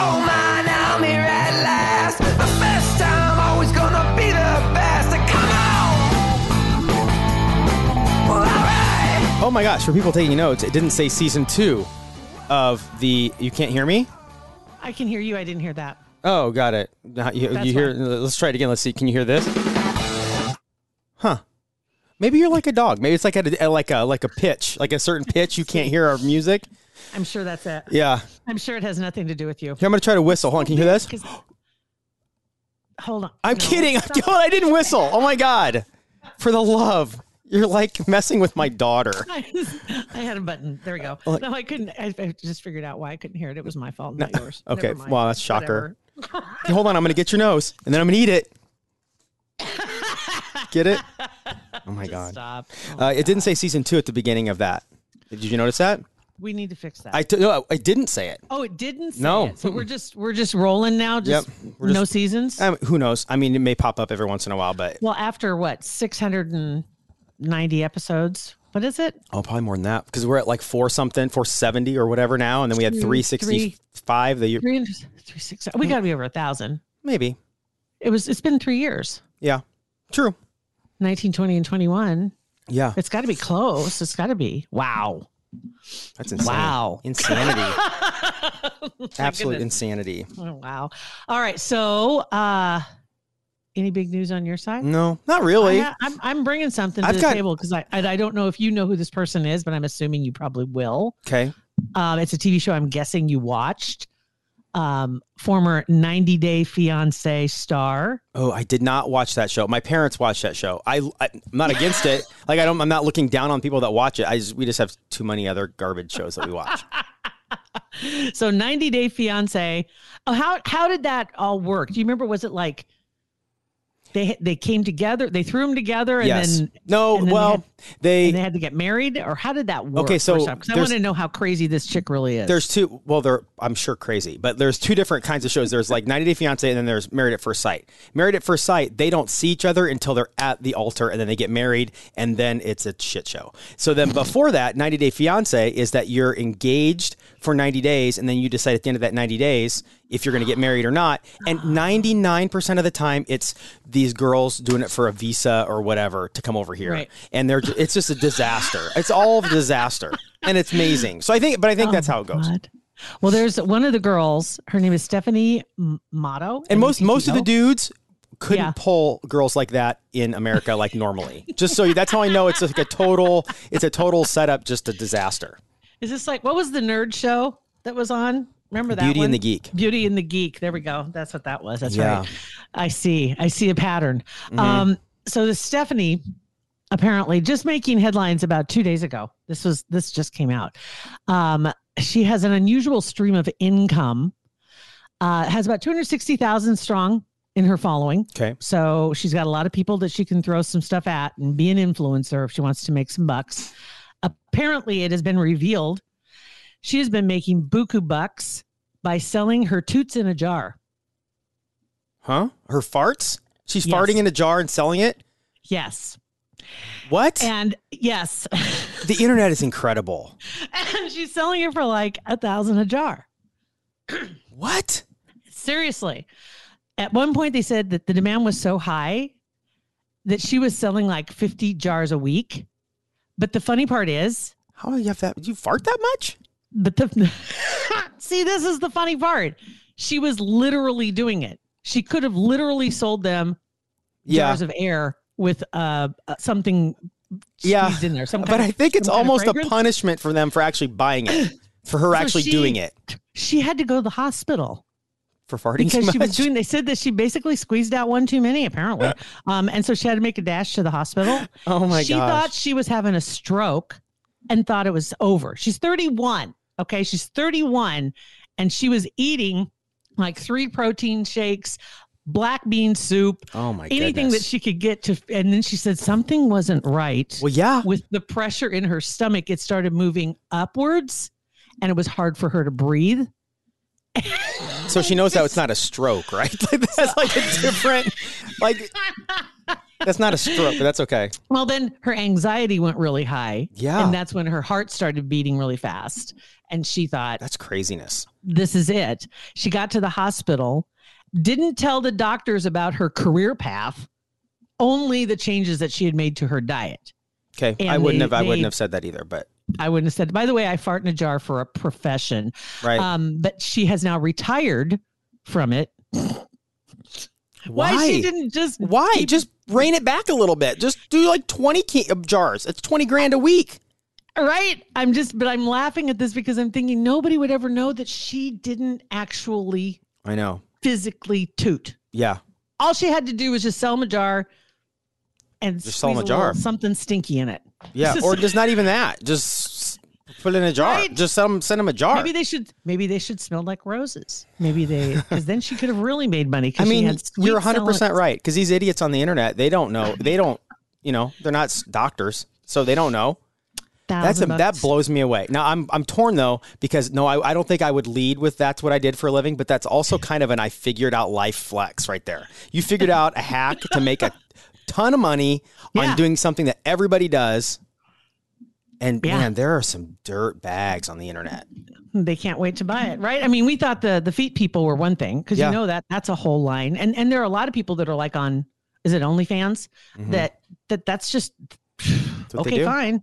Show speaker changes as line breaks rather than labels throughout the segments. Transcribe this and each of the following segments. Oh man, I'm here at last. The best time, always gonna be the best. Come on. Well, alright.
Oh my gosh, for people taking notes, it didn't say season two of the You Can't Hear Me?
I can hear you. I didn't hear that.
Oh, got it. Now, You,
That's
you hear, let's try it again. Let's see. Can you hear this? Huh. Maybe you're like a dog. Maybe it's like at a, like a like a pitch, like a certain pitch you can't hear our music.
I'm sure that's it.
Yeah.
I'm sure it has nothing to do with you.
Here, I'm going to try to whistle. Hold on. Can you hear this?
'Cause- Hold on.
I'm
No,
kidding.
stop.
I didn't whistle. Oh my God. For the love. You're like messing with my daughter.
I had a button. There we go.
Oh, Like-
no, I couldn't. I, I just figured out why I couldn't hear it. It was my fault, not yours.
okay,
Never mind.
well, that's shocker.
Whatever.
Hey, hold on, I'm gonna get your nose, and then I'm gonna eat it. get it? Oh my god!
Stop. Oh,
Uh, it didn't say season two at the beginning of that. Did you notice that?
we need to fix that.
I t- no, I didn't say it.
oh, it didn't. Say
No.
It. So we're just we're just rolling now.
Yep.
Just
We're just-
no seasons.
Um, who knows? I mean, it may pop up every once in a while, but
well, after what 690 episodes. What is it?
oh, probably more than that because we're at like four something, four seventy or whatever now, and then we had three sixty five the year,
300, 360. We got to be over a thousand.
maybe.
It was. It's been three years.
Yeah, true.
1920 and 21.
Yeah,
It's got to be close. It's got to be. Wow.
that's insane.
Wow.
insanity, absolute
Absolutely.
insanity.
Oh, Wow. All right. So, uh any big news on your side?
No, not really.
I, am I'm bringing something to
I've
the
got-
table because I, I I don't know if you know who this person is, but I'm assuming you probably will.
Okay.
Um, it's a TV show. I'm guessing you watched. Um, former 90 Day Fiance star.
Oh, I did not watch that show. My parents watched that show. I, I am not against it. Like I don't. I'm not looking down on people that watch it. I just we just have too many other garbage shows that we watch.
So 90 Day Fiance. Oh, how how did that all work? Do you remember? Was it like they they came together, they threw them together, and
yes.
then
no.
and then they
well,
had-
they,
and they had to get married, or how did that work?
Okay, so
because I
there's-
want to know how crazy this chick really is.
there's two. Well, they're I'm sure crazy, but there's two different kinds of shows. There's like 90 Day Fiance, and then there's Married at First Sight. Married at First Sight, they don't see each other until they're at the altar, and then they get married, and then it's a shit show. So then before that, 90 Day Fiance is that you're engaged for 90 days, and then you decide at the end of that 90 days if you're going to get married or not. And 99% of the time, it's these girls doing it for a visa or whatever to come over here,
Right.
and they're ju- it's just a disaster. it's all a disaster. And it's amazing. So I think, but I think that's how it goes.
God. Well, there's one of the girls. Her name is Stephanie M- Motto,
And most most of the dudes couldn't
Yeah.
pull girls like that in America like normally. just so you, that's how I know it's like a total it's a total setup, just a disaster.
Is this like what was the nerd show that was on? Remember that
Beauty and
one?
the Geek.
Beauty and the Geek. There we go. That's what that was. That's
Yeah. Mm-hmm.
right. I see. I see a pattern. Um, so the Stephanie apparently just making headlines about two days ago. This was this just came out. Um, she has an unusual stream of income. Uh, has about two hundred sixty thousand strong in her following.
Okay.
So she's got a lot of people that she can throw some stuff at and be an influencer if she wants to make some bucks. Apparently, it has been revealed she has been making buku bucks by selling her toots in a jar.
Huh? Her farts? She's
Yes.
farting in a jar and selling it?
Yes.
What?
And yes.
the internet is incredible.
and she's selling it for like a thousand a jar.
What?
Seriously. At one point, they said that the demand was so high that she was selling like 50 jars a week. But the funny part is,
How do you have that? Do you fart that much?
But the see, this is the funny part. She was literally doing it. She could have literally sold them
Yeah.
jars of air with uh uh, something
Yeah,
squeezed in there. Some
But
kind
I
of-
think it's
some kind of
almost a
fragrance.
punishment for them for actually buying it, for her
So
actually
she-
doing it,
She had to go to the hospital
for farting
because
so
she
much.
was
Uh.
doing. They said that she basically squeezed out one too many, apparently. um, and so she had to make a dash to the hospital.
oh my
she
gosh.
thought she was having a stroke and thought it was over. She's 31. Okay. She's 31 and she was eating like three protein shakes, black bean soup,
Oh my
anything that
goodness.
she could get to. And then she said something wasn't right
Well, yeah.
with the pressure in her stomach. It started moving upwards and it was hard for her to breathe.
So she knows that it's not a stroke, right? Like that's like a different, like that's not a stroke, but that's okay.
Well, then her anxiety went really high.
Yeah.
And that's when her heart started beating really fast. And she thought,
That's craziness.
this is it. She got to the hospital, didn't tell the doctors about her career path, only the changes that she had made to her diet.
Okay,
And
I wouldn't
they-
have. I wouldn't
they-
have said that either. But
I wouldn't have said, by the way, I fart in a jar for a profession.
right.
Um, but she has now retired from it. Why, she didn't just
Why?
keep-
Just rein it back a little bit. Just do like twenty ca- of jars. It's twenty grand a week.
right? I'm just but I'm laughing at this because I'm thinking nobody would ever know that she didn't actually
I know.
physically toot.
Yeah.
All she had to do was just sell him a jar and
Just sell him a
squeeze little
jar.
something stinky in it.
Yeah.
This is-
or just not even that. Just s- put it in a jar.
Right?
Just send them. Send them a jar.
Maybe they should. Maybe they should smell like roses. Maybe they, because then she could have really made money. 'cause
I
she
mean,
had sweet
you're 100 percent
smelling-
right because these idiots on the internet, they don't know. They don't. You know, they're not s- doctors, so they don't know. That's a,
Thousand
that
bucks.
blows me away. Now I'm I'm torn though because no, I, I don't think I would lead with that's what I did for a living, but that's also kind of an I figured out life flex right there. You figured out a hack to make a ton of money
Yeah.
on doing something that everybody does. And
Yeah.
man, there are some dirt bags on the internet.
They can't wait to buy it, right? I mean, we thought the the feet people were one thing because
Yeah.
you know that that's a whole line, and and there are a lot of people that are like on is it OnlyFans that that that's just
what Mm-hmm. they
okay,
do.
fine,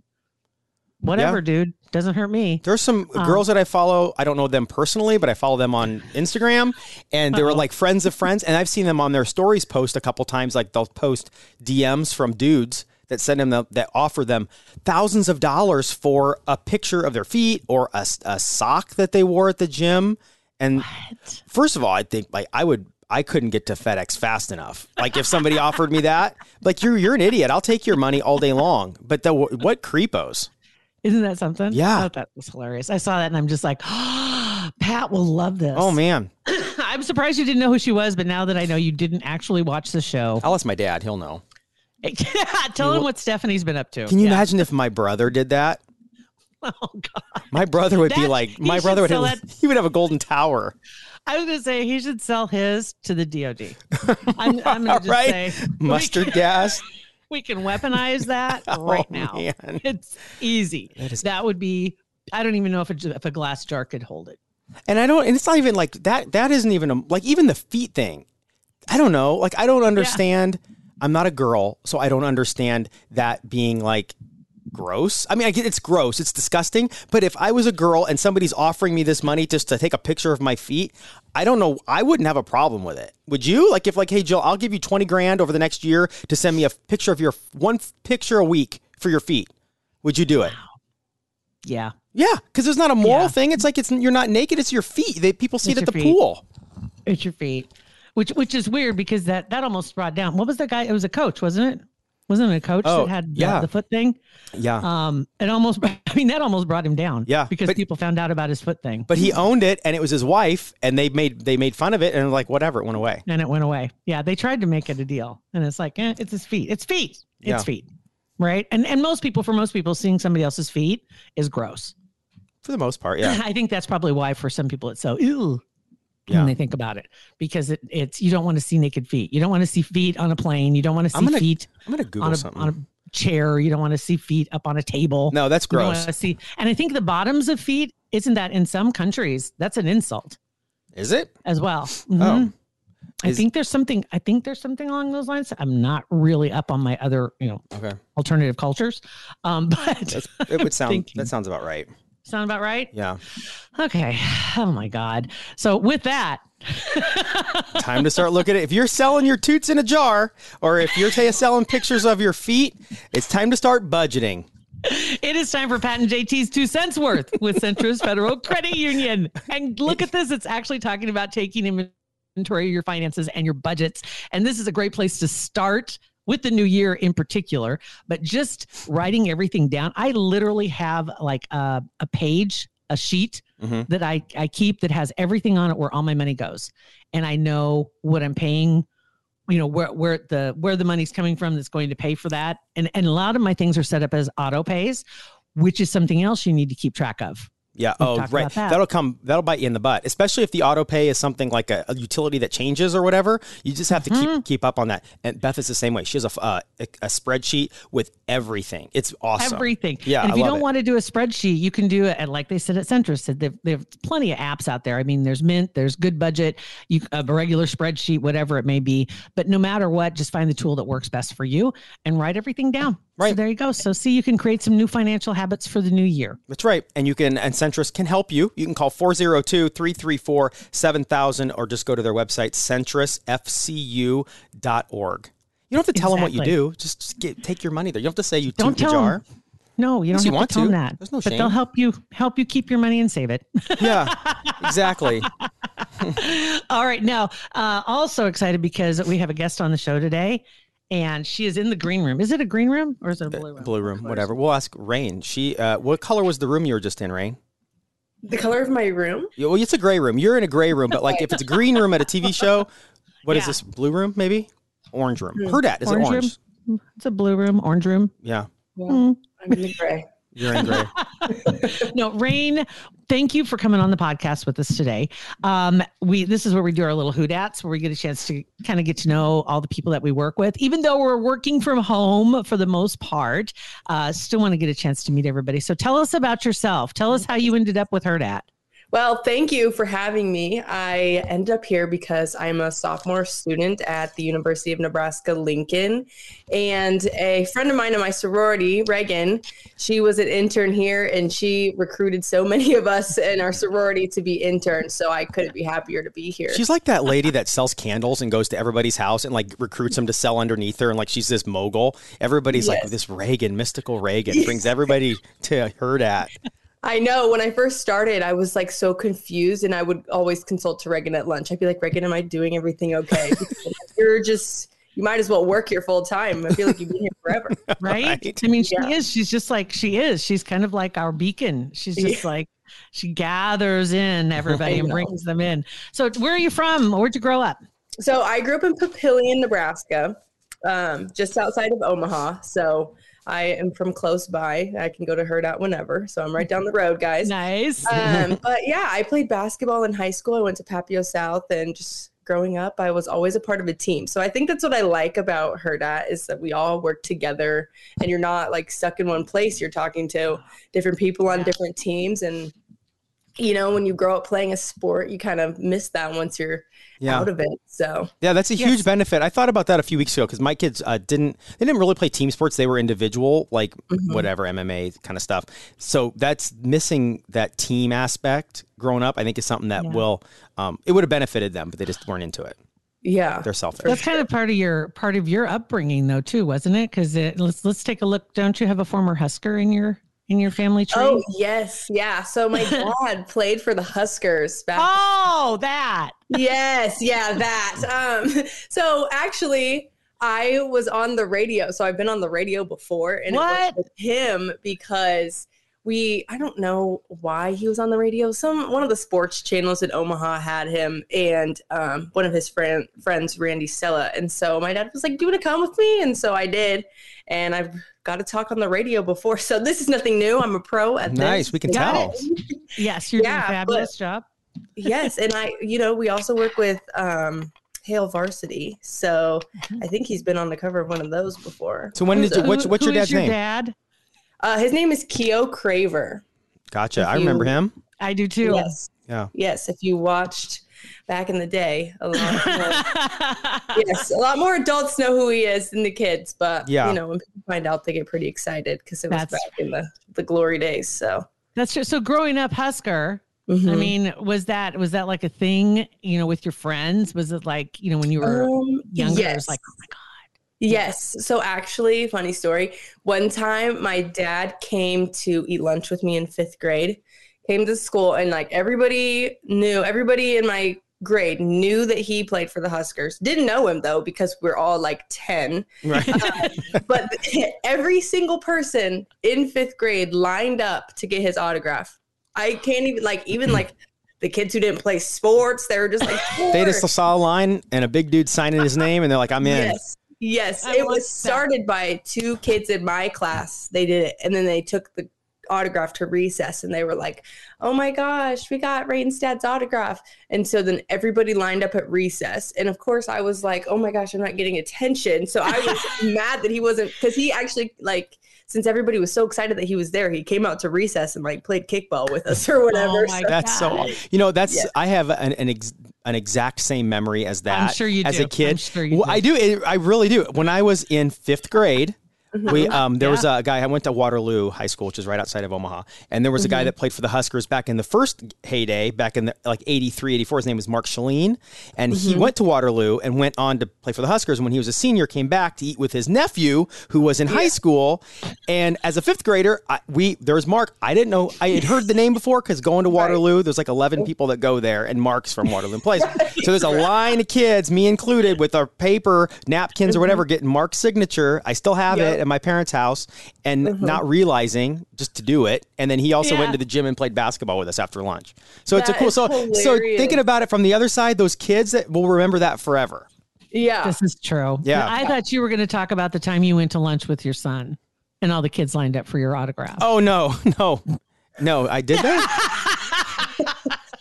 whatever, dude, doesn't hurt me.
There's some girls that I follow. I don't know them personally, but I follow them on Instagram, and they were like friends of friends. And I've seen them on their stories post a couple times. Like they'll post DMs from dudes that send them the, that offer them thousands of dollars for a picture of their feet or a, s- a sock that they wore at the gym. And first of all, I think like I would. I couldn't get to FedEx fast enough. Like if somebody offered me that, like you're you're an idiot. I'll take your money all day long. But the, what creepos?
Isn't that something?
Yeah.
oh, that was hilarious. I saw that and I'm just like, Pat will love this.
Oh man,
I'm surprised you didn't know who she was, but now that I know you didn't actually watch the show,
I'll ask my dad. He'll know.
tell him what Stephanie's been up to.
Oh. Can you
Yeah.
imagine if my brother did that?
Oh God!
My brother would be
That-
like,
he
my
should
brother would
sell
have, he would have a golden tower.
I was gonna say he should sell his to the DoD. I'm, I'm gonna just
Right?
say
Mustard gas.
We can weaponize that right
Oh,
now.
man.
It's easy. That,
is-
would be. I don't even know if a, j- if a glass jar could hold it.
And I don't, and it's not even like that. That isn't even a, like even the feet thing. I don't know. Like I don't understand. I'm not a girl, so I don't understand that being like gross. I mean, I get it's gross, it's disgusting. But if I was a girl and somebody's offering me this money just to take a picture of my feet, I don't know. I wouldn't have a problem with it. Would you? Like if like, hey Jill, I'll give you twenty grand over the next year to send me a picture of your one f- picture a week for your feet. Would you do it?
Yeah.
Yeah, because it's not a moral
Yeah.
thing. It's like it's you're not naked. It's your feet. They people see
It's
it at the
your feet.
pool.
It's your feet, which which is weird because that that almost brought down. What was the guy? It was a coach, wasn't it? Wasn't it a coach
Oh,
that had the,
yeah.
the foot thing?
Yeah,
Um, it almost. I mean, that almost brought him down.
Yeah,
because
but-
people found out about his foot thing,
but he owned it, and it was his wife, and they made they made fun of it, and like whatever, it went away.
and it went away. Yeah, they tried to make it a deal, and it's like, eh, it's his feet. It's feet. It's
Yeah.
feet. Right. And and most people, for most people, seeing somebody else's feet is gross.
For the most part, yeah,
I think that's probably why for some people it's so ew
yeah.
when they think about it because it, it's you don't want to see naked feet. You don't want to see feet on a plane. You don't want to see
I'm gonna
feet
I'm gonna Google
on a
something.
on a chair. You don't want to see feet up on a table.
no, that's
You don't
gross.
wanna see, and I think the bottoms of feet isn't that in some countries that's an insult
Is it?
as well.
Oh,
Mhm. I
Is-
think there's something. I think there's something along those lines. I'm not really up on my other, you know,
Oh, okay.
alternative cultures, um, but
That's, it would sound
thinking.
that sounds about right.
sound about right.
Yeah.
Okay. Oh my God. So with that,
Time to start looking at if you're selling your toots in a jar, or if you're t- selling pictures of your feet, it's time to start budgeting.
it is time for Pat and JT's two cents worth with Centris Federal Credit Union. And look at this. It's actually talking about taking inventory of your finances and your budgets. And this is a great place to start with the new year in particular, but just writing everything down. I literally have like a, a page, a sheet
Mhm.
that I, I keep that has everything on it where all my money goes. And I know what I'm paying, you know, where, where the, where the money's coming from that's going to pay for that. And, and a lot of my things are set up as auto pays, which is something else you need to keep track of.
Yeah.
We've
oh,
talked
right.
about that.
will come. That'll bite you in the butt, especially if the auto pay is something like a, a utility that changes or whatever. You just have to
Mm-hmm.
keep keep up on that. And Beth is the same way. She has a f- uh, a, a spreadsheet with everything. It's awesome.
Everything.
Yeah,
And
I
if you
love
don't
it.
want to do a spreadsheet, you can do it. And like they said at Centris, said they've, they have plenty of apps out there. I mean, there's Mint, there's Good Budget, you a regular spreadsheet, whatever it may be. But no matter what, just find the tool that works best for you and write everything down. So
Right.
there you go. So see, you can create some new financial habits for the new year.
That's right. And you can, and Centris can help you. You can call 402 334 7000 or just go to their website, centrisfcu.org. You don't have to tell them what
Exactly.
you do. Just, just get, take your money there. You don't have to say you
Don't
toot your
tell
jar.
'em. No, you
Unless
don't have
you want
to tell
to.
them that.
There's no
but
shame.
they'll help you help you keep your money and save it.
Yeah, exactly.
All right. Now, uh, also excited because we have a guest on the show today, and she is in the green room. Is it a green room or is it a blue room?
Blue room, whatever. We'll ask Rain. She, uh, what color was the room you were just in, Rain?
The color of my room?
Yeah, Well, it's a gray room. You're in a gray room, but like if it's a green room at a TV show, what is
Yeah.
this? Blue room, maybe? Orange room.
Hmm.
Heard that? Is
Orange
it
room?
orange?
It's a blue room, orange room.
Yeah,
Well,
Hmm.
I'm in the gray.
you're in gray.
No, Rain, thank you for coming on the podcast with us today. Um, we this is where we do our little hootats, where we get a chance to kind of get to know all the people that we work with. Even though we're working from home for the most part, uh, still want to get a chance to meet everybody. So tell us about yourself. Tell us how you ended up with Herdat.
Well, thank you for having me. I ended up here because I'm a sophomore student at the University of Nebraska Lincoln. And a friend of mine in my sorority, Reagan, she was an intern here and she recruited so many of us in our sorority to be interns. So I couldn't be happier to be here.
She's like that lady that sells candles and goes to everybody's house and like recruits them to sell underneath her, and like she's this mogul. Everybody's like
Yes.
this Reagan, mystical Reagan, brings everybody to her dat.
I know when I first started, I was like so confused, and I would always consult to Reagan at lunch. I'd be like, Reagan, am I doing everything okay? Because You're just, you might as well work here full time. I feel like you've been here forever.
right?
Right.
I mean, she
Yeah.
is. She's just like she is. She's kind of like our beacon. She's just like she gathers in everybody
I
and
know.
brings them in. So, where are you from? Where'd you grow up?
So I grew up in Papillion, Nebraska, um, just outside of Omaha. So I am from close by. I can go to Herd Out whenever. So I'm right down the road, guys.
Nice.
um, but yeah, I played basketball in high school. I went to Papio South and just growing up, I was always a part of a team. So I think that's what I like about Herdat is that we all work together and you're not like stuck in one place. You're talking to different people on different teams. And, you know, when you grow up playing a sport, you kind of miss that once you're
Yeah.
out of it. So
Yeah, that's a
Yes.
huge benefit. I thought about that a few weeks ago because my kids uh, didn't they didn't really play team sports. They were individual, like
Mm-hmm.
whatever MMA kind of stuff. So that's missing that team aspect growing up. I think is something that
Yeah.
will um, it would have benefited them, but they just weren't into it.
yeah.
They're selfish.
That's kind of part of your part of your upbringing, though, too, wasn't it? Because it, let's let's take a look. Don't you have a former Husker in your in your family tree?
Oh yes, yeah. So my dad played for the Huskers back
Oh, that.
yes, yeah, that. Um, so actually, I was on the radio. So I've been on the radio before, and
What?
it was with him because we I don't know why he was on the radio. Some one of the sports channels in Omaha had him, and um, one of his friend friends, Randy Sella. And so my dad was like, "Do you want to come with me?" And so I did, and I've got to talk on the radio before. So this is nothing new. I'm a pro at this.
Nice, we can
Got
tell.
Yes, you're doing
Yeah,
a
but-
fabulous job.
yes and i you know we also work with um hale varsity so
Mm-hmm.
i think he's been on the cover of one of those before
So when
Who's-
did you, what's
who-
what's your
who is
dad's name?
Dad?
uh, his name is keo craver
Gotcha.
If
I remember
you-
him.
I do too.
yes
Yeah.
yes if you watched back in the day a lot more, yes a lot more adults know who he is than the kids but
Yeah.
you know when people find out they get pretty excited because it was
That's
back in the, the glory days so
That's true. So growing up Husker, I
mhm.
mean, was that was that like a thing, you know, with your friends? Was it like, you know, when you were
Um,
younger, it
yes.
was like, oh my god.
Yes. So actually, funny story. One time my dad came to eat lunch with me in fifth grade, came to school, and like everybody knew, everybody in my grade knew that he played for the Huskers. Didn't know him though, because we're all like 10.
Right.
But every single person in fifth grade lined up to get his autograph. I can't even like even like the kids who didn't play sports. They were just like
They
"Sure."
just saw a line and a big dude signing his name, and they're like, "I'm in."
Yes. Yes.
I
it
want
was
that.
started by two kids in my class. They did it. And then they took the autograph to recess and they were like, oh my gosh, we got Raiden's dad's autograph. And so then everybody lined up at recess. And of course, I was like, oh my gosh, I'm not getting attention. So I was mad that he wasn't, because he actually, like, since everybody was so excited that he was there, he came out to recess and like played kickball with us or whatever.
Oh my
So-
That's so.
God.
You know, that's
Yeah.
I have an an, ex, an exact same memory as that.
I'm sure you
as
do.
a kid.
I'm sure you
Well, I do. It, I really do. When I was in fifth grade, we um there was
Yeah.
a guy. I went to Waterloo High School, which is right outside of Omaha, and there was a guy that played for the Huskers back in the first heyday, back in the, like 83, 84. His name was Mark Shaleen, and he went to Waterloo and went on to play for the Huskers. And when he was a senior, came back to eat with his nephew who was in high school, and as a fifth grader, I, we there was Mark. I didn't know I had heard the name before because going to Waterloo, there's like 11 people that go there, and Mark's from Waterloo Place. So there's a line of kids, me included, with our paper napkins or whatever, getting Mark's signature. I still have it at my parents' house, and
Mm-hmm.
not realizing just to do it. And then he also
Yeah.
went to the gym and played basketball with us after lunch. So it's a
That
cool.
is
So so
hilarious.
thinking about it from the other side, those kids that will remember that forever.
yeah.
This is true.
Yeah.
I thought you were going to talk about the time you went to lunch with your son and all the kids lined up for your autograph.
Oh no, no, no! I did that.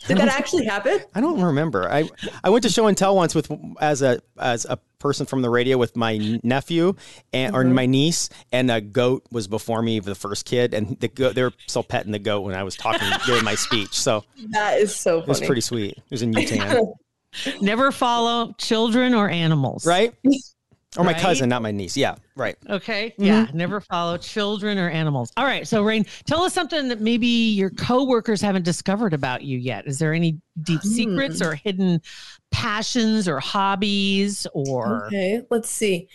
Did that actually happen?
I don't remember. I I went to show and tell once with as a as a person from the radio with my nephew and or
Mm-hmm.
my niece, and a goat was before me, the first kid, and the goat, they were still petting the goat when I was talking during my speech. So
That is so funny.
it was pretty sweet. It was in Utah,
Never follow children or animals.
right? Or my
Right?
cousin, not my niece. Yeah, right.
Okay.
Mm-hmm.
Yeah. Never follow children or animals. All right. So, Rain, tell us something that maybe your coworkers haven't discovered about you yet. Is there any deep secrets
Hmm.
or hidden passions or hobbies or
Okay, let's see.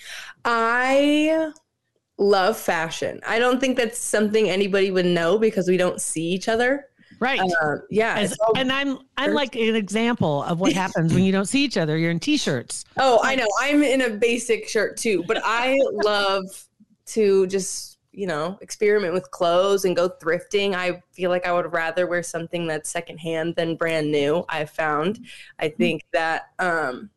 I love fashion. I don't think that's something anybody would know because we don't see each other.
right?
Um, yeah.
As-
it's all-
and I'm I'm
there's-
like an example of what happens when you don't see each other. You're in t-shirts.
oh, I know. I'm in a basic shirt too, but I love to just, you know, experiment with clothes and go thrifting. I feel like I would rather wear something that's secondhand than brand new. I found. I think that um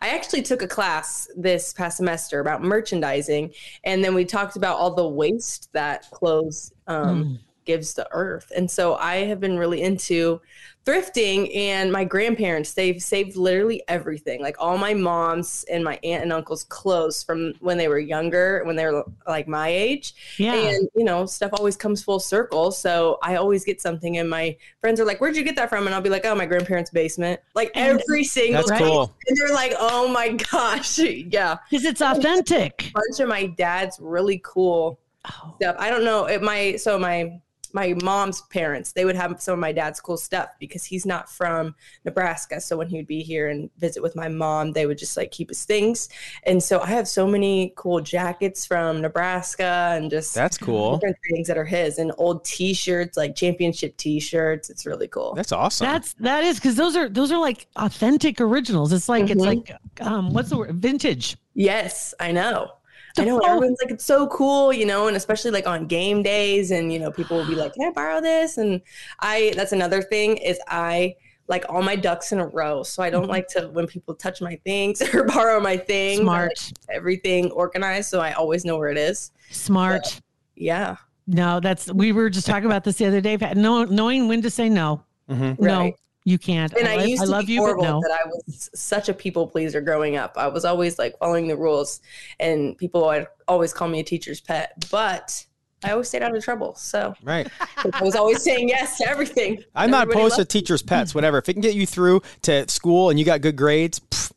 I actually took a class this past semester about merchandising, and then we talked about all the waste that clothes um,
Mm.
gives the earth. And so I have been really into thrifting and my grandparents, they've saved literally everything. Like all my mom's and my aunt and uncle's clothes from when they were younger, when they were like my age.
Yeah.
And you know, stuff always comes full circle. So I always get something and my friends are like, Where'd you get that from? And I'll be like, Oh, my grandparents' basement. Like
And-
every single
That's
time.
cool.
And they're like, Oh my gosh. yeah.
Because it's authentic.
A bunch of my dad's really cool
Oh,
stuff. I don't know. It, my so my my mom's parents they would have some of my dad's cool stuff because he's not from Nebraska. So when he would be here and visit with my mom, they would just like keep his things. And so I have so many cool jackets from Nebraska and just
That's cool.
different things that are his and old T-shirts like championship T-shirts. It's really cool.
That's awesome.
That's that is because those are those are like authentic originals. It's like it's
Mhm.
like um what's the word vintage.
yes, I know.
The
I know
phone-
everyone's like it's so cool, you know, and especially like on game days, and you know, people will be like, "Can I borrow this?" And I that's another thing is I like all my ducks in a row, so I don't like to when people touch my things or borrow my things. I
Smart.
like everything organized, so I always know where it is.
Smart.
Yeah,
No, that's we were just talking about this the other day. Pat. No, knowing when to say no.
Mhm.
right.
No, you can't.
And
I,
I,
love-
used
I
to
love
be
you, but
horrible
no.
that I was such a people pleaser growing up. I was always like following the rules, and people would always call me a teacher's pet, but. I always stayed out of trouble, so
right.
I was always saying yes to everything.
I'm not
Everybody
opposed to
loved-
teachers' pets, whatever. If it can get you through to school and you got good grades, pff,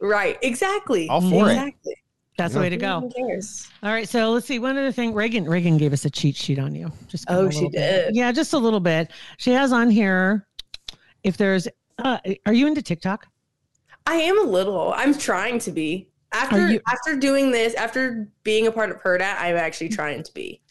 right, exactly.
All for it.
exactly.
That's the way to go.
Who cares?
All right, so let's see. One other thing, Reagan. Reagan gave us a cheat sheet on you. Just
Oh,
a
she
little bit.
did.
Yeah, just a little bit. She has on here. If there's, uh, are you into TikTok?
I am a little. I'm trying to be.
Are
After
you-
after doing this, after being a part of Herda, I'm actually trying to be.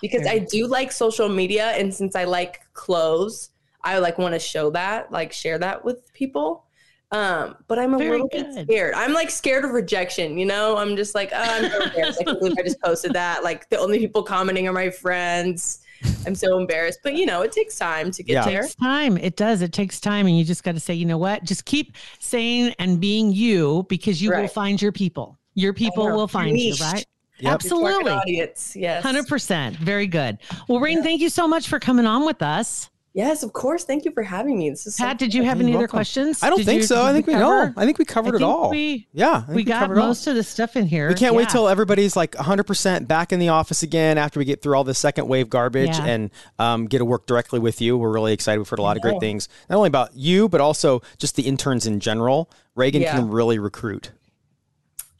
Because
Very
I do like social media and since I like clothes, I like want to show that, like share that with people. Um, but I'm a
Very
little
good.
bit scared. I'm like scared of rejection, you know? I'm just like, oh, I'm so embarrassed. I can't believe I just posted that. Like the only people commenting are my friends. I'm so embarrassed. But you know, it takes time to get
Yeah.
there.
takes time. It does. It takes time. And you just got to say, you know what? Just keep saying and being you because you will
Right.
find your people. Your people
know.
will find you,
Niche.
right?
Yep.
Your target
Absolutely.
Audience. Yes.
100%. Very good. Well, Rain, thank you so much for coming on with us.
Yes, of course. Thank you for having me. This is so
Pat, did you have
You're
any other
welcome.
questions?
I don't
Did
think
you-
so. I
did
think we
cover-
know. I think we
I
covered it
think
all.
We,
yeah, I think
we, got
covered it all.
most of the stuff in here.
We can't
Yeah.
wait till everybody's like 100% back in the office again after we get through all the second wave garbage
Yeah.
and um, get to work directly with you. We're really excited. We've heard a lot of great things, not only about you, but also just the interns in general. Reagan
Yeah.
can really recruit.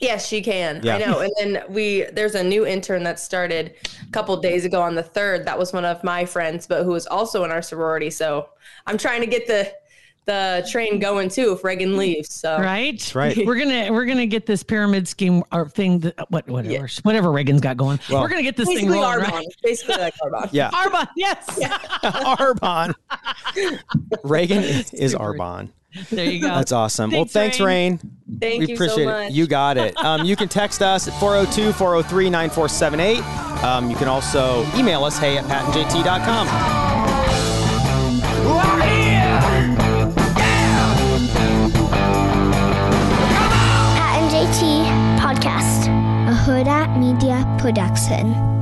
Yes, she can.
Yeah.
I know. And then we there's a new intern that started a couple days ago on the third. That was one of my friends, but who was also in our sorority. So I'm trying to get the the train going too if Reagan leaves. So
Mm-hmm. Right,
right.
We're gonna we're gonna get this pyramid scheme or thing. That, what whatever whatever Reagan's got going.
Well-
we're gonna get this thing
basically
rolling.
Arbon.
Right?
Basically like Arbon.
Yeah.
Arbon, yes.
Arbon. Reagan is
Super.
Arbon.
There you go.
That's awesome.
Thanks,
well, thanks, Rain.
Thank
we
you
appreciate
so much.
it. You got it. Um, you can text us at 402 403 9478. Um, you can also email us, hey at patentjt.com.
Pat and JT Podcast, a Huda Media Production.